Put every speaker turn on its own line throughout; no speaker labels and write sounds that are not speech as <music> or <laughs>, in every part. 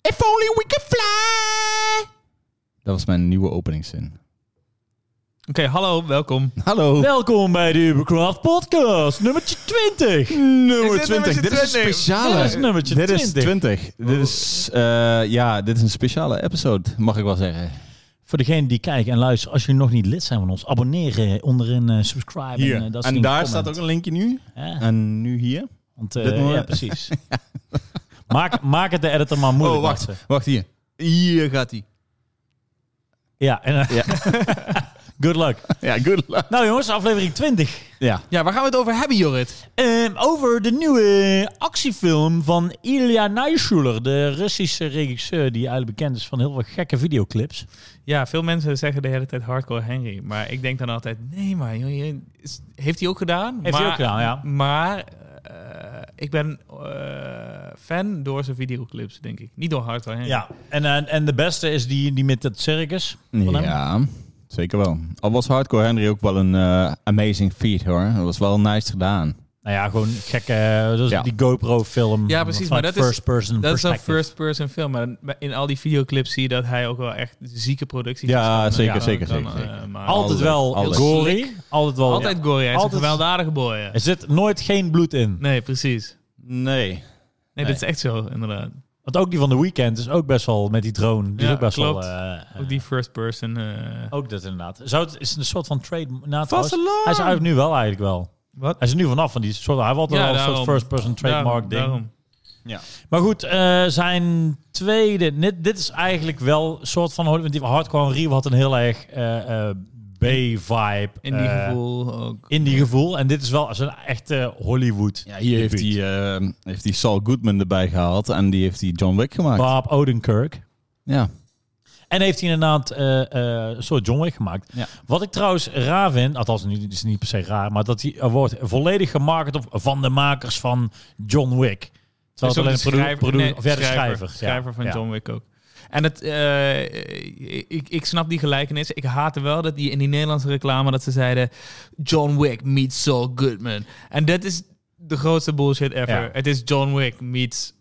If only we could fly. Dat was mijn nieuwe openingszin.
Oké, hallo, welkom.
Hallo.
Welkom bij de Ubercraft Podcast, nummertje 20.
<laughs> Nummer
Is dit
20.
nummertje
Dit is
20?
een speciale.
Dit is nummertje
Dit is
20.
20. Dit is, eh, ja, dit is een speciale episode, mag ik wel zeggen.
Voor degenen die kijken en luisteren, als jullie nog niet lid zijn van ons, abonneren, onderin eh subscribe. En, eh, dat soort
en daar
comment.
staat ook een linkje nu. Oh,
Ja,
En nu hier.
want, eh,
dit moment.
ja, precies. maak, maak het de editor maar moeilijk.
oh, wacht.
Bart.
Wacht hier. Hier gaat hij. <laughs>
Ja, en, eh,
Ja.
<laughs> good luck.
Ja, good luck.
Nou jongens, aflevering 20.
Ja.
Ja, waar gaan we het over hebben, Jorrit?
Ehm, over de nieuwe actiefilm van Ilya Naishuler, de Russische regisseur die eigenlijk bekend is van heel veel gekke videoclips.
Ja, veel mensen zeggen de hele tijd Hardcore Henry. Maar ik denk dan altijd, nee maar, joh, je- is- heeft hij ook gedaan?
Heeft
maar,
hij ook gedaan, ja.
Maar eh, ik ben eh, fan door zijn videoclips, denk ik. Niet door Hardcore
Hm.
Henry.
Ja, en, en, en de beste is die, die met het circus. van hem.
Ja, zeker wel. Al was Hardcore Henry ook wel een eh, amazing feat hoor. Dat was wel nice gedaan.
Nou ja, gewoon gekke, eh, zoals
Ja.
die GoPro-film.
Ja, precies,
Van
maar dat is-
first person
Dat is een
perspective.
first-person film, maar in al die videoclips zie je dat hij ook wel echt zieke producties
Ja,
heeft gedaan.
zeker,
Dan-
zeker,
dan,
zeker,
eh,
zeker.
maar
Altijd wel
Alles.
gory. Altijd wel.
altijd
ja.
gory, hij is een
Altijd-
gewelddadige boy. hè.
Er zit nooit geen bloed in.
Nee, precies.
Nee.
Nee, dat is echt zo, inderdaad.
Want ook die van The Weeknd is ook best wel met die drone. Die is
Ja,
ook best
klopt.
wel. eh,
Ook die first-person... eh,
ook dat inderdaad. Zou het is een soort van trade. Nou, trouwens,
Vast alarm!
hij is eigenlijk nu wel eigenlijk wel.
Wat?
Hij is er nu vanaf van die soort. Hij had altijd
Ja,
wel een soort
daarom.
first person trademark
Daarom,
ding.
daarom.
Maar goed, eh, zijn tweede. Dit, dit is eigenlijk wel een soort van. Hollywood- die Hardcore Rio had een heel erg eh, eh, B-vibe.
In die
eh,
gevoel ook.
indie gevoel. En dit is wel zo'n echte Hollywood.
Ja, hier heeft hij, eh, heeft hij Saul Goodman erbij gehaald en die heeft hij John Wick gemaakt.
Bob Odenkirk.
Ja.
En heeft hij inderdaad eh, eh, een soort John Wick gemaakt.
Ja.
Wat ik trouwens raar vind, althans nu is het niet per se raar, maar dat hij er wordt volledig gemarket op van de makers van John Wick. Terwijl het alleen een produ- produ-
nee,
of ja, de schrijver. ja.
schrijver van
Ja.
John Wick ook. En het, eh, ik, ik snap die gelijkenis. Ik haatte wel dat die in die Nederlandse reclame dat ze zeiden... John Wick meets Saul Goodman. En dat is de grootste bullshit ever.
Ja.
Het is John Wick meets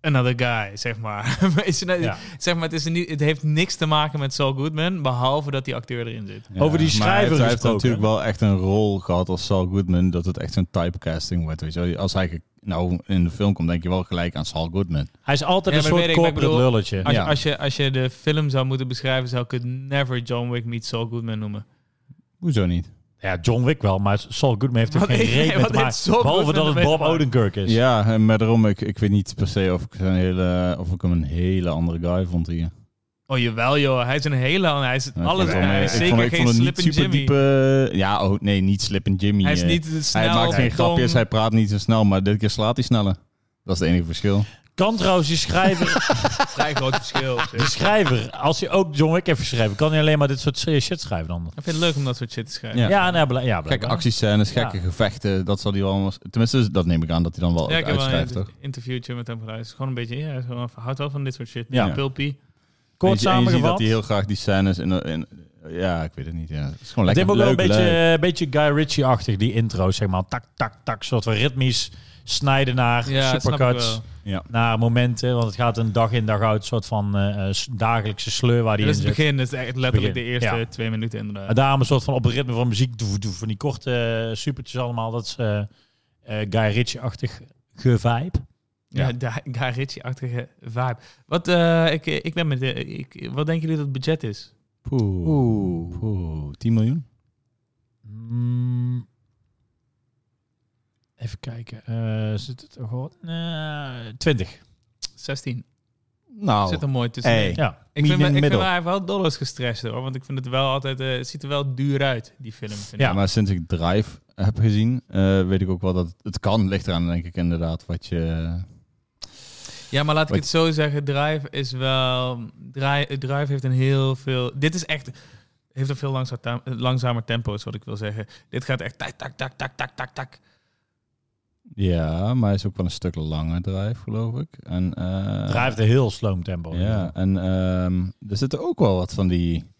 another guy, zeg maar. <laughs> Maar is het- nou-
Ja.
Zeg maar, het, is niet, het heeft niks te maken met Saul Goodman... behalve dat die acteur erin zit.
Ja,
Over die
maar
schrijver
hij heeft- Hij heeft
gesproken.
natuurlijk wel echt een rol gehad als Saul Goodman, dat het echt zo'n typecasting wordt. Weet je. wel. Als hij ge- nou in de film komt, denk je wel gelijk aan Saul Goodman.
Hij is altijd
Ja,
een
maar
soort
weet ik, maar ik
corporate
bedoel-
lulletje.
Als,
Ja.
als, je, als je de film zou moeten beschrijven... zou ik het never John Wick meets Saul Goodman noemen.
Hoezo niet?
Ja, John Wick wel, maar Saul Goodman heeft er
Wat
geen
heeft-
reden mee
wat
te
heeft
maken.
Saul
Behalve
Goodman
dat het
ermee
Bob
te maken?
Odenkirk is.
Dus- Ja, en maar daarom, ik, ik weet niet per se of ik, een hele, of ik hem een hele andere guy vond hier.
Oh jawel joh, hij is een hele... Hij is
Ja,
alles...
ik vond hem-
hij
ik
is
vond-
zeker
ik
geen
vond hem
slip
niet
en
super
Jimmy.
diepe. Ja, oh, nee, niet slip en Jimmy.
Hij is
eh.
niet eh, snel.
hij maakt geen
tong.
grapjes, hij praat niet zo snel, maar dit keer slaat hij sneller. Dat is het enige verschil.
Kan trouwens die
<laughs>
schrijver,
Vrij groot verschil. zeg.
die schrijver, als hij ook John Wick heeft geschreven, kan hij alleen maar dit soort serious shit schrijven dan.
Ik vind het leuk om dat soort shit te schrijven.
Ja.
Ja, nee, bla- ja,
Gekke
blijkbaar.
actiescènes,
Ja.
gekke gevechten, dat zal hij wel allemaal... Tenminste, dat neem ik aan dat hij dan wel
Ja,
ook
ik heb wel
uitschrijft,
een
toch?
interviewtje met hem gedaan. Het is gewoon een beetje, ja, hij is gewoon van- houdt wel van dit soort shit.
Ja.
Ja. Pulpy.
Kort
En je- en je ziet dat
samengevat.
hij heel graag die scènes... In, in, ja, ik weet het niet. Ja. Het is gewoon
Het
lekker
heeft ook wel een
leuk,
beetje,
leuk.
een beetje Guy Ritchie-achtig, die intro, zeg maar. Tak, tak, tak, soort van ritmisch snijden naar
Ja, dat snap ik
supercuts,
wel.
Ja.
naar momenten. Want het gaat een dag in, dag uit, soort van eh, eh, s- dagelijkse sleur waar die
Dat
in
is het
zit.
begin. Dat is echt letterlijk
Begin,
de eerste
ja.
twee minuten inderdaad.
En Eh, daarom een soort van op het ritme van muziek, doef, doef, van die korte eh, supertjes allemaal. Dat is eh, eh, Guy Ritchie-achtig gevibe.
Ja,
Ja.
da- Guy Ritchie-achtige vibe. Wat, eh, ik, ik ben met de, ik, wat denken jullie dat het budget is?
Poeh. Poeh. 10 miljoen?
Mm. Even kijken, eh, zit het er gewoon? Eh, Nee, 20.
16.
Nou,
Zit er mooi tussen.
Hey.
Ja.
Ik vind,
Medium
me- ik vind
middle.
me eigenlijk wel dollars gestrest hoor. Want ik vind het wel altijd, eh, het ziet er wel duur uit, die film. Vind
Ja.
ik.
maar sinds ik Drive heb gezien, eh, weet ik ook wel dat het, het kan. Ligt eraan, denk ik, inderdaad, wat je...
Ja, maar laat ik
Wat-
het zo zeggen. Drive is wel. Drive, Drive heeft een heel veel. Dit is echt. Heeft een veel langza- ta- langzamer tempo, is wat ik wil zeggen. Dit gaat echt tak, tak, tak, tak, tak, tak, tak.
Ja, maar hij is ook wel een stuk langer Drive, geloof ik. En, eh,
Drijft een heel sloom tempo.
Ja, en ehm, er zitten ook wel wat van die...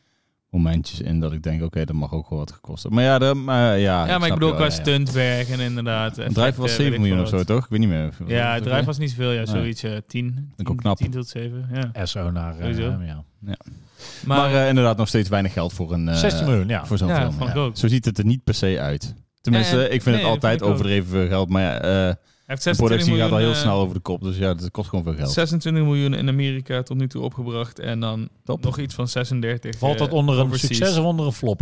momentjes in dat ik denk, oké, dat mag ook wel wat gekost hebben. Maar ja, de, maar ja,
ja, maar ik
snap
bedoel
je wel,
qua
ja, ja.
stuntwerk en inderdaad.
Het bedrijf was 7 miljoen of zo, toch? Ik weet niet meer.
Ja, het bedrijf
was...
was niet zoveel. Ja,
Nee.
zoiets. eh 10.
ook knap.
10 tot 7, ja.
SO naar... eh,
Sowieso.
ja.
Maar,
Maar,
eh, inderdaad nog steeds weinig geld voor een... eh,
16 miljoen, ja.
Voor zo'n
Ja,
film,
vond
ja.
ik ook.
Zo ziet het er niet per se uit. Tenminste,
Nee,
ik vind
nee,
het altijd
vind ik ook.
overdreven veel geld. Maar ja, eh,
hij heeft
de
26
productie
miljoen,
gaat al heel
eh,
snel over de kop. Dus ja, dat kost gewoon veel geld.
26 miljoen in Amerika tot nu toe opgebracht. En dan
Top.
nog iets van 36.
Valt dat
eh,
onder een
overseas.
succes of onder een flop?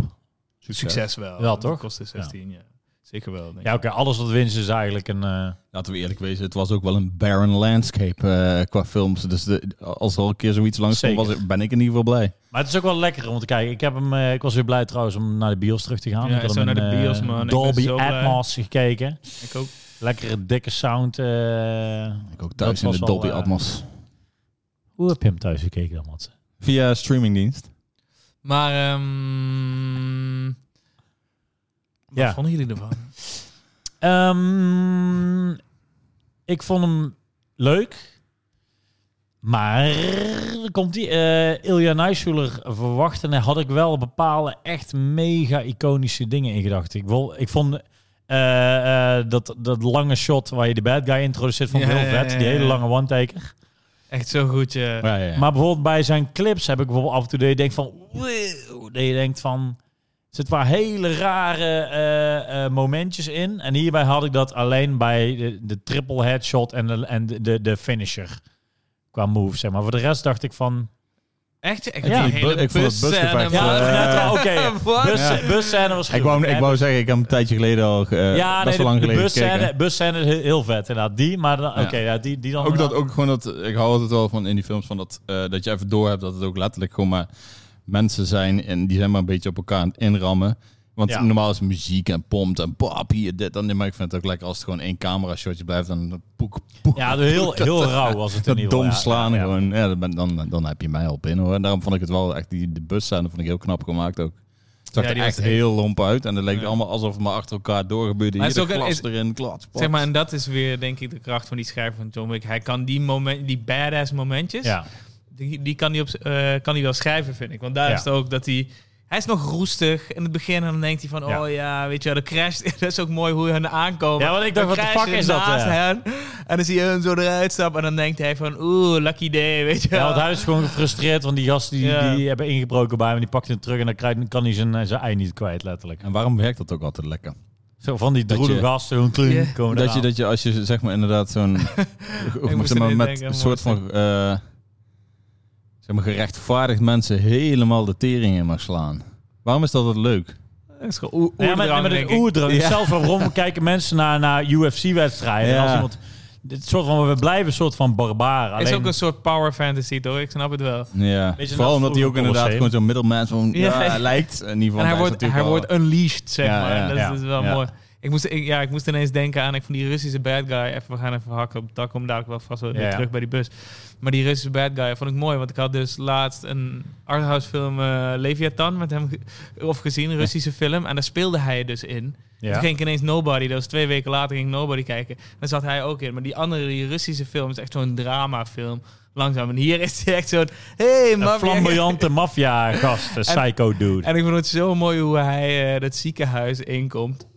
Succes wel.
Wel, toch?
Kost 16, ja. Zeker wel. denk
Ja,
ik.
oké. alles wat winst is eigenlijk een... eh,
Laten we eerlijk wezen, het was ook wel een barren landscape eh, qua films. Dus de, als er al een keer zoiets langs komt,
Zeker.
was, ik- ben ik in ieder geval blij.
Maar het is ook wel lekker om te kijken. Ik, heb hem, eh, ik was weer blij trouwens om naar de bios terug te gaan.
Ja,
ik had
zo
hem
naar
in,
de
eh,
bios, man. Ik ben
Dolby
zo blij.
Atmos gekeken.
Ik ook.
Lekkere dikke sound. eh.
Ik ook thuis
Dat
in de
was wel,
Dolby
eh,
Atmos.
Hoe heb je hem thuis gekeken dan, Mats?
Via streamingdienst.
Maar, ehm wat
Ja.
vonden jullie
<laughs>
ervan?
Ehm, ik vond hem leuk. Maar er komt die eh Ilja Nijschuler verwachten. Had ik wel bepaalde echt mega iconische dingen in gedachten. Ik, wil, ik vond eh, eh, dat, dat lange shot waar je de bad guy introduceert, vond ik
Ja,
heel
ja,
vet.
ja,
Die hele
ja.
lange one-taker.
Echt zo goed, eh, ja.
Ja, ja, ja.
Maar bijvoorbeeld bij zijn clips heb ik bijvoorbeeld af en toe dat je denkt van... Wow, dat je denkt van... Er zitten waar hele rare eh, eh, momentjes in. En hierbij had ik dat alleen bij de, de triple headshot en, de, en de, de, de finisher. Qua move, zeg maar. Voor de rest dacht ik van...
Echt, echt
Ja.
die
Die bu-
hele
ik vond het
busscène,
busgevecht,
man.
<laughs> Ja,
Eh,
net wel, oké.
<laughs> Wat?
Bus,
Ja.
Busscène was
ik, wou,
gruwelijk.
ik wou zeggen, ik heb hem een tijdje geleden al... eh
Ja,
best
nee,
wel lang
de, de
geleden
busscène,
gekeken.
busscène is heel- heel vet inderdaad. Die, maar dan-
Ja.
oké, ja, die, die
Oh,
dan...
Ook dat,
nou.
ook gewoon dat, ik hou altijd wel van in die films van dat, eh, dat je even door hebt dat het ook letterlijk gewoon maar mensen zijn en die zijn maar een beetje op elkaar aan het inrammen. Want
Ja.
normaal is het muziek en pompt en pop hier, dit, dan. Maar ik vind het ook lekker als het gewoon één camera shotje blijft dan poek, poek.
Ja, heel, heel rauw was het
<laughs>
in
Dat
ieder geval.
dom
ja.
slaan
Ja, ja.
gewoon. Ja, dan, ben- dan, dan heb je mij al binnen hoor. En daarom vond ik het wel echt, die, de bus zijn, dat vond ik heel knap gemaakt ook. Het zag
Ja,
er
die
echt
was echt-
heel lomp uit. En het leek
Ja.
allemaal alsof het maar achter elkaar doorgebeurde.
Maar
Hier
het
de
is ook-
glas
is-
erin, klats,
Zeg maar, en dat is weer denk ik de kracht van die schrijver van John Wick. Hij kan die, moment, die badass momentjes,
Ja.
die, die kan, hij op, z- eh, kan hij wel schrijven, vind ik. Want daar
Ja.
is het ook dat hij... Hij is nog roestig in het begin en dan denkt hij van,
Ja.
oh ja, weet je wel, de crash, <laughs> dat is ook mooi hoe hun aankomen.
Ja, want ik dacht,
Dan
wat de
crashen
fuck is dat?
naast
eh?
hen. En dan zie je hun zo eruit stappen en dan denkt hij van, oeh, lucky day, weet je wel.
Ja, want hij is gewoon gefrustreerd, want die gasten die,
Ja.
die hebben ingebroken bij hem. Die pakt hem terug en dan krijgt, kan hij zijn, eh, zijn ei niet kwijt, letterlijk.
En waarom werkt dat ook altijd lekker?
Zo van die
Dat
droede
je-
gasten, hun klun,
Ja.
komen
Dat je,
eraan.
dat je als je zeg maar inderdaad
<laughs>
zo'n. hoe moet
moest
ik maar
ineens
met
denken,
een soort van. eh, zeg maar gerechtvaardigd mensen helemaal de tering in mag slaan. Waarom is dat het leuk?
Dat is gewoon oer-
Ja, maar,
oerdrang,
maar
denk
de
ik.
oerdrang.
Ja.
Zelf waarom <laughs> kijken mensen naar, naar UFC-wedstrijden?
Ja.
Als iemand, dit soort van, we blijven een soort van barbaren.
is
Alleen-
ook een soort power fantasy, toch? Ik snap het wel.
Ja.
Beetje
Vooral
net
omdat hij ook
vroeger
inderdaad
Colosseum.
gewoon zo'n middelman zo'n
Ja.
ja. hij lijkt. In ieder geval.
En hij
is
wordt,
natuurlijk
hij
wel-
wordt unleashed, zeg
Ja,
maar.
ja,
En dat, is-
ja.
dat is wel
Ja.
mooi. Ik moest, ik, ja, ik moest ineens denken aan ik van die Russische bad guy. Even, we gaan even hakken op het dak, om daar ook wel vast wel weer
Ja.
terug bij die bus. Maar die Russische bad guy vond ik mooi, want ik had dus laatst een arthouse film eh, Leviathan met hem ge- of gezien, een Russische film. En daar speelde hij dus in.
Ja.
Toen ging ik ineens Nobody, dat was twee weken later, ging ik Nobody kijken. Daar zat hij ook in. Maar die andere, die Russische film, is echt zo'n dramafilm. Langzaam. En hier is hij echt zo'n... Hey,
Een
man,
flamboyante maffia-gast, een psycho-dude.
en ik vond het zo mooi hoe hij eh, dat ziekenhuis inkomt.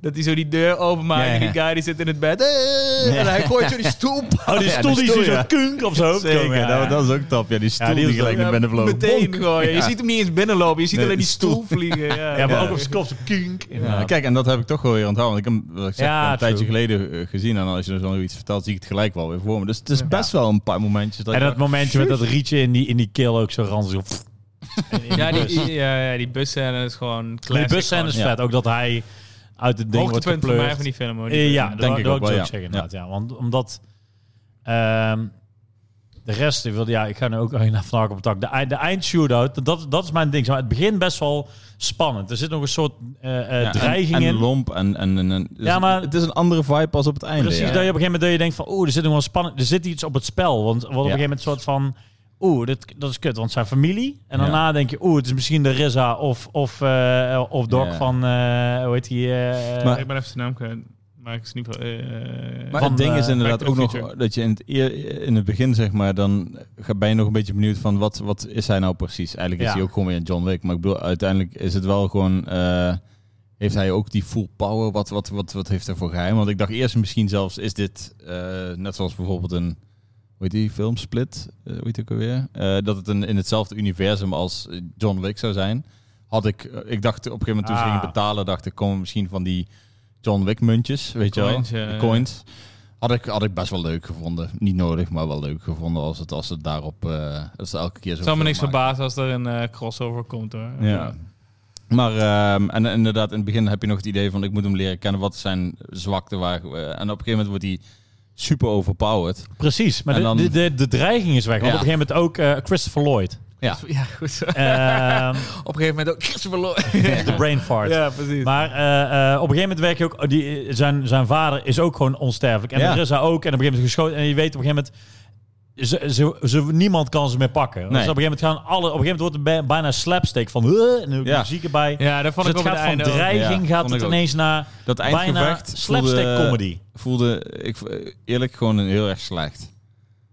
Dat hij zo die deur openmaakt
Ja,
en die
ja.
guy die zit in het bed.
<laughs>
eh, En hij gooit zo die stoel.
Oh, die
Ja,
stoel
die
die
stoel,
is zo
ja.
kunk op zijn hoofd.
Zeker,
komen, ja.
dat, dat is ook top. Ja, die stoel
Ja, die
die,
is
gelijk
wel-
naar binnen vloog.
Meteen
Bonk.
gooien. Je
Ja.
ziet hem niet eens binnenlopen. Je ziet
Nee,
alleen die
die
stoel vliegen. Ja,
<laughs> Ja, maar
Ja.
ook op zijn kop, zo kunk.
Ja, Kijk, en dat heb ik toch wel weer onthouden. Want ik heb wat ik zeg,
Ja,
een tijdje
true.
geleden eh, gezien. En als je er zoiets vertelt, zie ik het gelijk wel weer voor me. Dus het is
Ja.
best wel een paar momentjes. Dat
En
je
dat momentje met dat rietje in die, in die keel ook zo ranzig.
ja, die, ja, ja, die bussen is gewoon
Die
classic.
bussen
gewoon.
is
Ja.
vet. Ook dat hij uit het ding wordt
Hoogtepunt voor mij
gepleurd.
van die film. Hoor, die
Eh,
bus.
ja,
Denk
dat
ik
wil
ook
ik
wel,
ook
ja.
zeggen inderdaad. Ja. Want omdat ehm, de rest, ik wilde, ja, ik ga nu ook <laughs> naar vandaag op het dak. De, ei- de eindshootout, dat, dat is mijn ding. zeg Maar het begin best wel spannend. Er zit nog een soort eh, eh,
Ja, en-
dreiging
en,
in.
lomp en... en, en, en- dus
Ja, maar-
het is een andere vibe als op het einde.
Precies,
ja.
dat je op een gegeven moment dat je denkt van, oeh, er zit nog wel spannend, er zit iets op het spel. Want wat op een gegeven moment een soort van, oeh, dit, dat is kut, want het zijn familie. En
Ja.
daarna denk je, oeh, het is misschien de Rizza of, of, eh, of Doc
Ja.
van, eh, hoe heet die? eh,
Maar-
Ik ben even zijn naam kwijt. Maar ik snap... eh
Maar
Van,
het ding
eh,
is inderdaad
Back to
ook
the
nog
Future.
dat je in het, eer- in het begin, zeg maar, dan ga- ben je nog een beetje benieuwd van wat, wat is hij nou precies? Eigenlijk is
Ja.
hij ook gewoon weer John Wick. Maar ik bedoel, uiteindelijk is het wel gewoon, eh, heeft hij ook die full power? Wat, wat, wat, wat heeft hij voor geheim? Want ik dacht eerst misschien zelfs, is dit eh, net zoals bijvoorbeeld een, hoe heet die film, Split, Eh hoe heet die ook alweer? Eh, dat het een, in hetzelfde universum als eh, John Wick zou zijn. Had ik, eh, ik dacht op een gegeven moment toen ze
Ah.
gingen betalen, dacht ik, komen misschien van die John Wick muntjes, weet je wel?
Coins, ja,
De
ja.
coins. Had ik, had ik best wel leuk gevonden. Niet nodig, maar wel leuk gevonden als het, als het daarop... eh als het elke keer zo
het zou me niks verbazen als er een eh, crossover komt hoor.
Ja. Maar ehm, en, en inderdaad, in het begin heb je nog het idee van... ik moet hem leren kennen, wat zijn zwakten waar... eh, en op een gegeven moment wordt hij super overpowered.
Precies, maar
En
de,
dan-
de, de, de dreiging is weg. Want
Ja.
op een gegeven moment ook eh, Christopher
<laughs>
Lloyd.
Ja.
Ja, goed. <laughs>
Ehm,
Op een gegeven moment ook Christopher Lloyd.
de brain fart.
ja, precies.
Maar eh, eh, op een gegeven moment werk je ook... Die, eh, zijn, zijn vader is ook gewoon onsterfelijk. En
Ja.
er is hij ook. En op een gegeven moment geschoten. En je weet op een gegeven moment... Ze, ze, ze- niemand kan ze meer pakken. Dus op een gegeven moment gaan alle... Op een gegeven moment wordt het bij- bijna slapstick van... "Huh," en er
Ja.
muziek erbij.
ja, dat vond
dus
ik
het
ook
gaat
het einde
van
ook.
dreiging
Ja,
gaat
vond
het
ik ook.
ineens naar
Dat
bijna
eindgevecht voelde-
slapstick comedy.
voelde ik v- eerlijk gewoon een heel erg slecht.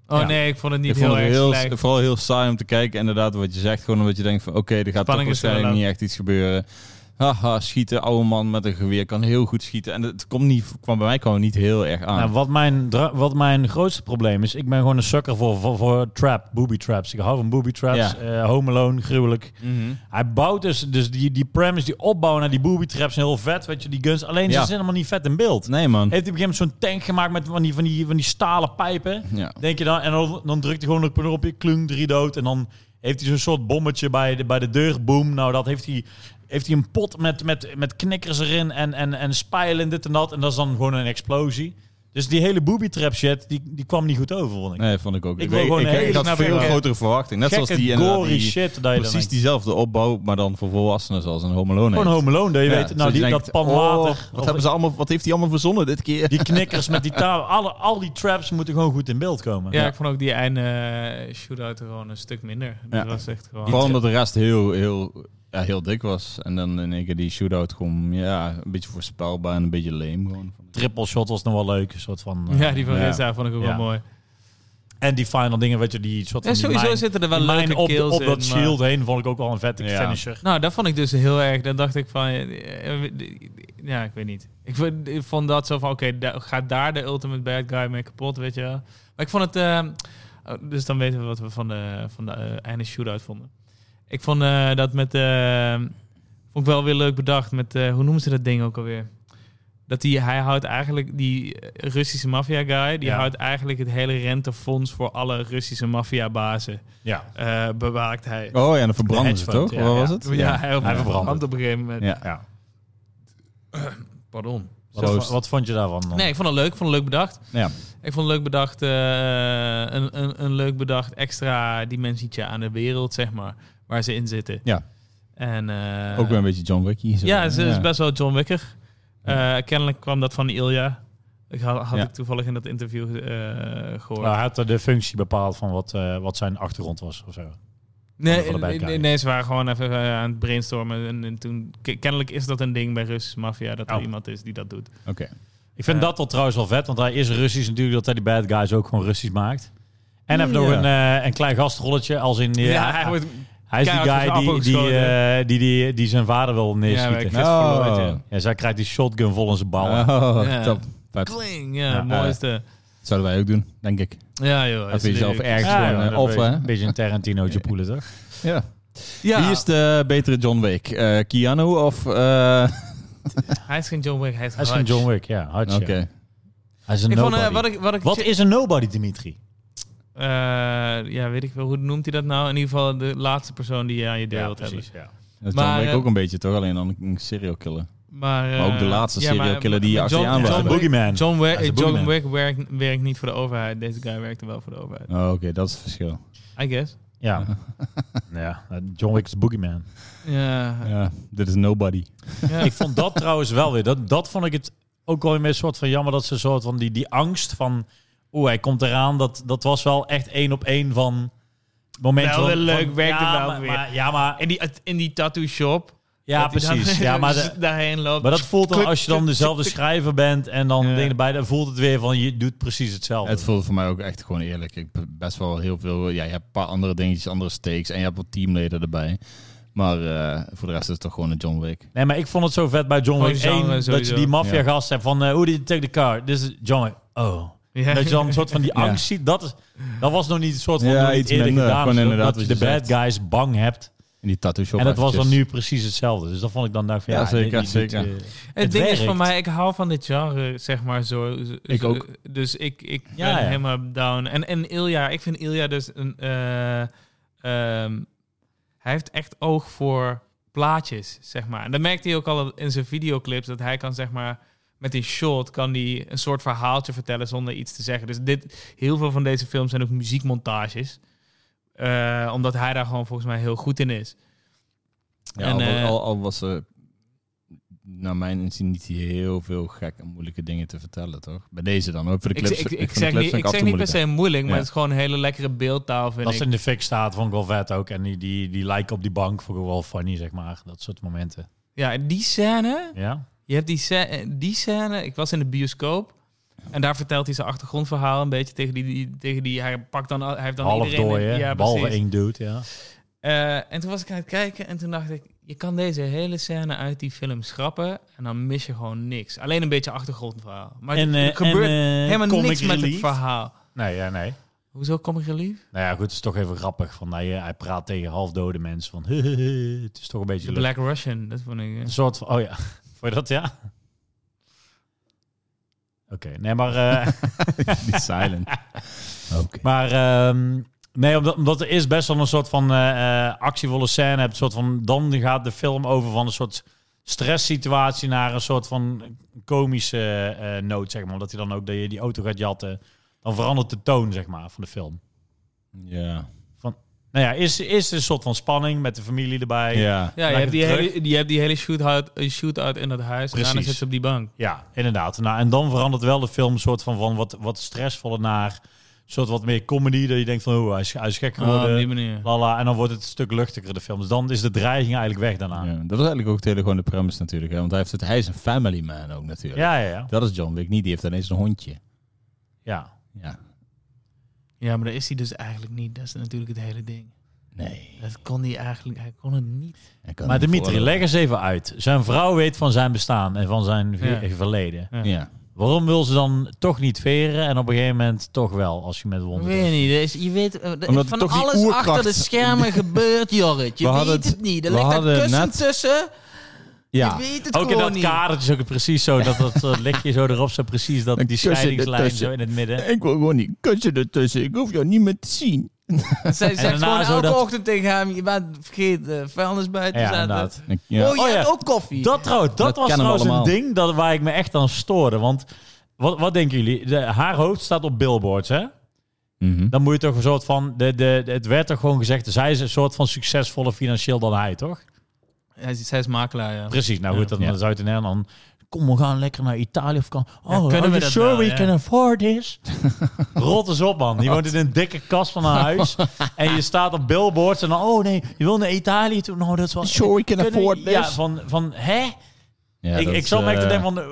Oh
Ja.
nee, ik vond het niet
ik vond
heel
het
erg
heel,
slecht.
vooral heel saai om te kijken. Inderdaad, wat je zegt, gewoon omdat je denkt van... oké, er gaat toch
Spanning is
waarschijnlijk
wel
niet echt iets gebeuren. Haha, schieten, oude man met een geweer kan heel goed schieten. En het komt niet, kwam bij mij kwam het niet heel erg aan.
Nou, wat, mijn dra- wat mijn grootste probleem is, ik ben gewoon een sukker voor, voor, voor trap, booby traps. Ik hou van booby traps,
Ja.
eh, Home Alone, gruwelijk.
Mhm.
Hij bouwt dus, dus die, die premise, die opbouw naar die booby traps, heel vet, weet je, die guns. Alleen ze
Ja. Mm.
zijn helemaal niet vet in beeld.
Nee, man.
Heeft hij op een gegeven moment zo'n tank gemaakt met van die, van die, van die stalen pijpen.
Ja.
Denk je dan, en dan, dan drukt hij gewoon op een knopje, klung, drie dood. En dan heeft hij zo'n soort bommetje bij de, bij de deur, boom. Nou, dat heeft hij, heeft hij een pot met, met, met knikkers erin en, en, en spijlen, dit en dat. En dat is dan gewoon een explosie. Dus die hele booby trap shit, die, die kwam niet goed over, vond ik.
Nee, vond ik ook.
Ik wil gewoon
ik,
een hele eh,
had
knappe
veel
gekke-
grotere verwachting. Net zoals
Gekke,
die inderdaad
gory
die,
shit dat je dan
precies
denkt.
diezelfde opbouw, maar dan voor volwassenen zoals een Home Alone
Gewoon
heeft.
Home Alone, dat je
Ja,
weet,
dus
nou,
je
die,
denkt,
dat pan water.
oh,
of
wat, hebben ze allemaal, wat heeft hij allemaal verzonnen dit keer?
Die knikkers met die tafel, alle, al die traps moeten gewoon goed in beeld komen.
Ja,
Ja.
ik vond ook die einde eh, shootout gewoon een stuk minder. Dat
Ja.
was echt gewoon...
Vooral omdat de rest heel, heel, ja, heel dik was. En dan in één keer die shootout kwam. Ja, een beetje voorspelbaar en een beetje lame gewoon.
Triple shot was nog wel leuk, een soort van... eh,
Ja, die van
Ja.
Reza vond ik ook
Ja.
wel mooi.
En die final dingen, weet je, die soort van
En
die
sowieso
mijn-
zitten er wel
die mijn
leuke
op,
kills
op dat
in, maar-
shield heen vond ik ook al een vette
Ja.
finisher.
Nou, dat vond ik dus heel erg. Dan dacht ik van... eh, eh, Ja, ik weet niet. Ik vond, ik vond dat zo van... Oké, da- gaat daar de ultimate bad guy mee kapot, weet je wel. Maar ik vond het... eh, oh, dus dan weten we wat we van de, van de eh, einde shootout vonden. Ik vond eh, dat met... eh, vond ik wel weer leuk bedacht. Met, eh, hoe noemen ze dat ding ook alweer? Dat die, hij houdt eigenlijk... Die eh, Russische maffia-guy... Die
Ja.
houdt eigenlijk het hele rentefonds... voor alle Russische maffia-bazen
Ja.
eh, bewaakt hij.
Oh ja, en dan verbranden
De
ze
hedge
het
fund,
toch?
ja,
Wat
ja.
was het?
Ja, hij,
hij verbrandt.
verbrandt op een gegeven moment.
Ja.
ja.
Pardon.
Wat,
Zo is-
wat vond je daarvan dan?
Nee, ik vond het leuk. Ik vond het leuk bedacht.
Ja.
Ik vond het leuk bedacht. eh, een, een, een leuk bedacht extra dimensietje aan de wereld, zeg maar. Waar ze in zitten.
Ja.
En, eh,
Ook weer een beetje John Wick. hier zo.
Ja, ze is best wel John Wicker. Eh, kennelijk kwam dat van Ilja. Ik had, had
Ja. Ah,
ik toevallig in dat interview eh, gehoord.
Nou, hij had eh, de functie bepaald van wat, eh, wat zijn achtergrond was of zo.
Nee,
Van de
nee,
bad guy.
nee, nee, ze waren gewoon even eh, aan het brainstormen. En, en toen, ke- kennelijk is dat een ding bij Russische maffia, dat er
Oh.
iemand is die dat doet.
Oké.
Ik vind
Ja.
dat al trouwens wel vet, want hij is Russisch natuurlijk, dat hij die bad guys ook gewoon Russisch maakt. En hij heeft
Ja.
nog een, eh, een klein gastrolletje, als in... eh, hij,
hij wordt-
hij is die
keihard
guy
tussen de
die, die,
apen
eh, die, die, die zijn vader wil
Ja,
neerschieten.
ik
Ja,
wist verloren, ja.
Oh.
zij krijgt die shotgun vol in zijn ballen.
Oh,
Ja.
top. Vet.
Kling, ja,
Ja,
eh,
het mooiste.
Zouden wij ook doen, denk ik.
Ja, joh.
Dat
is
je jezelf
leuk.
ergens
Ja,
gewoon,
ja,
eh,
dat
of,
weet-
hè?
een beetje een Tarantinootje poelen, toch?
Ja.
Ja,
Wie is de betere John Wick? Eh, Keanu of... eh,
hij is geen John Wick, hij is,
Hij is een
Hutch.
John Wick, ja. Hutch,
Oké.
ja. Hij is een
Ik vond,
nobody.
eh, wat ik, wat ik,
Wat is een nobody, Dimitri?
Eh, ja, weet ik wel, hoe noemt hij dat nou? In ieder geval de laatste persoon die je aan je deel wilt hebben.
Ja.
Dat is
Maar,
John Wick
eh,
ook een beetje, toch? Alleen dan een serial killer.
Maar, eh,
Maar ook de laatste serial killer die je
maar
achter je
John-
aan
Ja,
blijft.
een
John Wick-
boogeyman.
John Wick,
Hij is
eh,
een
John
boogeyman.
Wick werkt, werkt niet voor de overheid. Deze guy werkte wel voor de overheid.
Oh, Oké, dat is het verschil.
I guess.
<laughs> Ja. ja, eh, John Wick is boogeyman.
Ja, ja.
Ja, dit is nobody.
Ik vond dat trouwens wel weer. Dat, dat vond ik het ook wel een soort van jammer. Dat ze een soort van die, die angst van... Oeh, hij komt eraan. Dat, dat was wel echt één op één van... Moment
Wel weer
van-
leuk,
van-
werkte
ja,
wel
maar-
weer.
maar- ja, maar
In die, in die tattoo shop.
Ja,
Dat hij dan- <laughs>
precies. Ja, maar,
dus
de-
daarheen loopt.
maar dat voelt dan,
Klik,
als je dan
klik,
dezelfde
klik,
schrijver bent en dan
Ja.
dingen erbij, dan voelt het weer van je doet precies hetzelfde.
Het voelde voor mij ook echt gewoon eerlijk. Ik heb best wel heel veel. Ja, je hebt een paar andere dingetjes, andere stakes. En je hebt wat teamleden erbij. Maar eh, voor de rest is het toch gewoon een John Wick.
Nee, maar ik vond het zo vet bij John
Gewoon
Wick
genre
1 dat je
sowieso.
die maffia gast hebt van eh hoe did you take the car? Dit is John Wick. Oh.
Ja.
<laughs> Dat je dan een soort van die
Ja.
angst ziet. Dat, is, dat was nog niet een soort van
Ja,
nog niet
iets
eerder
minder.
gedaan.
Gewoon
was,
inderdaad
dat je
wat
de
je
bad guys bang hebt.
In die tattoo shop.
en dat was
eventjes.
dan nu precies hetzelfde. Dus dat vond ik dan dacht ik van, ja,
Ja, zeker,
dit- dit-
zeker.
dit, eh,
Het,
Het
ding is
werkt.
voor mij, ik hou van dit genre, zeg maar zo. Z-
Ik
z-
ook.
Dus ik, ik ben
Ja, ja.
helemaal down. En, en Ilja, ik vind Ilja dus een... eh, ehm, hij heeft echt oog voor plaatjes, zeg maar. En dat merkte hij ook al in zijn videoclips, dat hij kan zeg maar... Met die shot kan hij een soort verhaaltje vertellen zonder iets te zeggen. Dus dit, heel veel van deze films zijn ook muziekmontages. Eh, omdat hij daar gewoon volgens mij heel goed in is.
Ja,
En,
al,
eh,
al, al was er naar mijn inzien niet heel veel gek en moeilijke dingen te vertellen, toch? Bij deze dan ook. Voor de
Ik,
clips.
ik, ik,
vind de
zeg,
clips
niet,
vind
ik
af
zeg
en toe
niet per
moeilijk.
se moeilijk, maar
Ja.
het is gewoon een hele lekkere beeldtaal, vind
Dat
ik.
ze in de fik staat, vond ik wel vet ook. En die, die, die lijken op die bank vond ik wel funny, zeg maar. Dat soort momenten.
Ja, en die scène.
Ja?
Je hebt die scène, die scène. Ik was in de bioscoop. En daar vertelt hij zijn achtergrondverhaal een beetje tegen die. die- tegen die hij, pakt dan, al- hij heeft dan
Half
iedereen...
dooi,
in-
hè?
ja,
Behalve
precies.
één dude, ja.
Eh, en toen was ik aan het kijken en toen dacht ik... Je kan deze hele scène uit die film schrappen. En dan mis je gewoon niks. Alleen een beetje achtergrondverhaal. Maar
En, eh,
er gebeurt
en, eh,
helemaal
comic
niks met het
relief?
verhaal.
Nee, ja, nee.
Hoezo kom ik relief?
Nou ja, goed, het is toch even grappig. Van, nou, ja, hij praat tegen halfdode mensen van... <laughs> het is toch een beetje...
De
leuk.
Black Russian, dat vond ik... eh.
Een soort van... Oh ja, <laughs> voor dat, ja? Oké, nee, maar... eh,
<laughs>
Die silent. Oké.
Maar ehm, nee, omdat, omdat er is best wel een soort van eh, eh, actievolle scène. hebt, Een soort van, dan gaat de film over van een soort stresssituatie naar een soort van komische eh noot, zeg maar. Omdat hij dan ook die, die auto gaat jatten. Dan verandert de toon, zeg maar, van de film.
Ja.
Nou ja, is, is een soort van spanning met de familie erbij.
Ja.
Ja, je
Maak
hebt, die
het terug.
hele, je hebt die hele shootout, eh, shootout in dat huis. En daarna
Precies.
zit ze op die bank.
Ja, inderdaad. Nou, en dan verandert wel de film een soort van, van wat, wat stressvoller naar een soort wat meer comedy. Dat je denkt van, oh, hij is, hij is gek
Oh,
geworden.
op die manier.
Lala, en dan wordt het een stuk luchtiger, de film. Dus dan is de dreiging eigenlijk weg daarna.
Ja, dat is eigenlijk ook het hele gewoon de premise natuurlijk. Hè? Want hij, heeft het, hij is een family man ook natuurlijk.
Ja, ja, ja.
Dat is John Wick niet. Die heeft ineens een hondje.
ja.
Ja.
Ja, maar daar is hij dus eigenlijk niet. Dat is natuurlijk het hele ding.
Nee.
Dat kon hij eigenlijk, hij kon het niet.
Hij kan
Maar
niet
Dimitri,
vooral-
leg eens even uit. Zijn vrouw weet van zijn bestaan en van zijn ve-
Ja.
verleden.
Ja.
Waarom wil ze dan toch niet veren en op een gegeven moment toch wel, als je met wonden
Weet
bent?
niet, er is- je weet, eh, er
Omdat
is van
toch die
alles
oerkracht-
achter de schermen gebeurt, Jorrit. Je
We
weet
hadden
het,
het-
niet. Er
we
ligt een
hadden
kussen
net-
tussen.
Ja.
Je weet het
Ook in
gewoon
dat
niet.
kadertje is ook precies zo, dat dat eh, lichtje zo erop staat, precies dat
Een
die
kussen
scheidingslijn
ertussen.
zo in het midden.
Ik wil gewoon die kutje ertussen. Ik hoef jou niet meer te zien.
<laughs> Zij zegt
daarna
gewoon
zo
elke
dat-
ochtend tegen hem, je bent vergeet eh, vuilnis buiten
Ja,
te zetten.
inderdaad.
Ja.
Oh, je
Oh, ja.
hebt ook koffie.
Dat, trouw, dat,
Dat
was
kennen we
trouwens een
allemaal.
ding dat, waar ik me echt aan stoorde. Want wat, wat denken jullie? De, haar hoofd staat op billboards, hè?
Mhm.
Dan moet je toch een soort van... De, de, de- het werd toch gewoon gezegd, zij is een soort van succesvoller financieel dan hij, toch?
Hij is- Zij is makelaar, ja.
Precies, nou goed, dan
Ja.
dan zou het in Nederland... Kom, we gaan lekker naar Italië of kan... Oh,
kunnen we
are you
dat
sure
wel,
we
ja.
can
<laughs>
afford this? Rot eens op, man. Die woont in een dikke kast van haar
<laughs>
huis. en je staat op billboards en dan... Oh nee, je wil naar Italië toe. Nou, dat is wel...
Sure we can
Kunnen-
afford
Ja,
this?
van, van hè?
Ja,
ik
dat
ik
is,
zal me echt te
eh,
denken van... eh,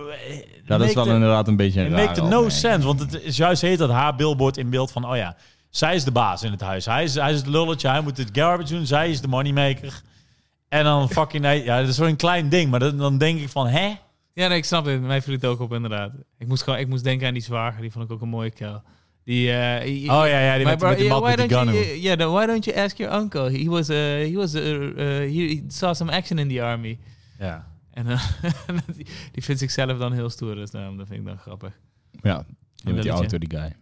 Dat
make
is wel
the-
inderdaad een beetje een
It maakte
rare
no
opmerking.
sense, want het is juist heet dat haar billboard in beeld van, oh ja, zij is de baas in het huis. Hij is, hij is het lulletje, hij moet het garbage doen, zij is de moneymaker. En dan fucking, nee, ja, dat is wel een klein ding, maar dat- dan denk ik van, hè?
Ja, nee, ik snap het. Mij viel het ook op, inderdaad. Ik moest, gewoon, ik moest denken aan die zwager. Die vond ik ook een mooie kerel. Die, eh, i- i-
Oh ja, ja, die
my
met,
bro-
met die
yeah,
mat
why
met die
don't
gun.
you, yeah, then why don't you ask your uncle? He was, uh, he was, uh, uh, he he saw some action in the army.
Ja.
En eh, <laughs> die, die vindt zichzelf dan heel stoer, dus daarom, dat vind ik dan grappig.
Ja. Die met
Een
die
lulletje.
auto, die guy.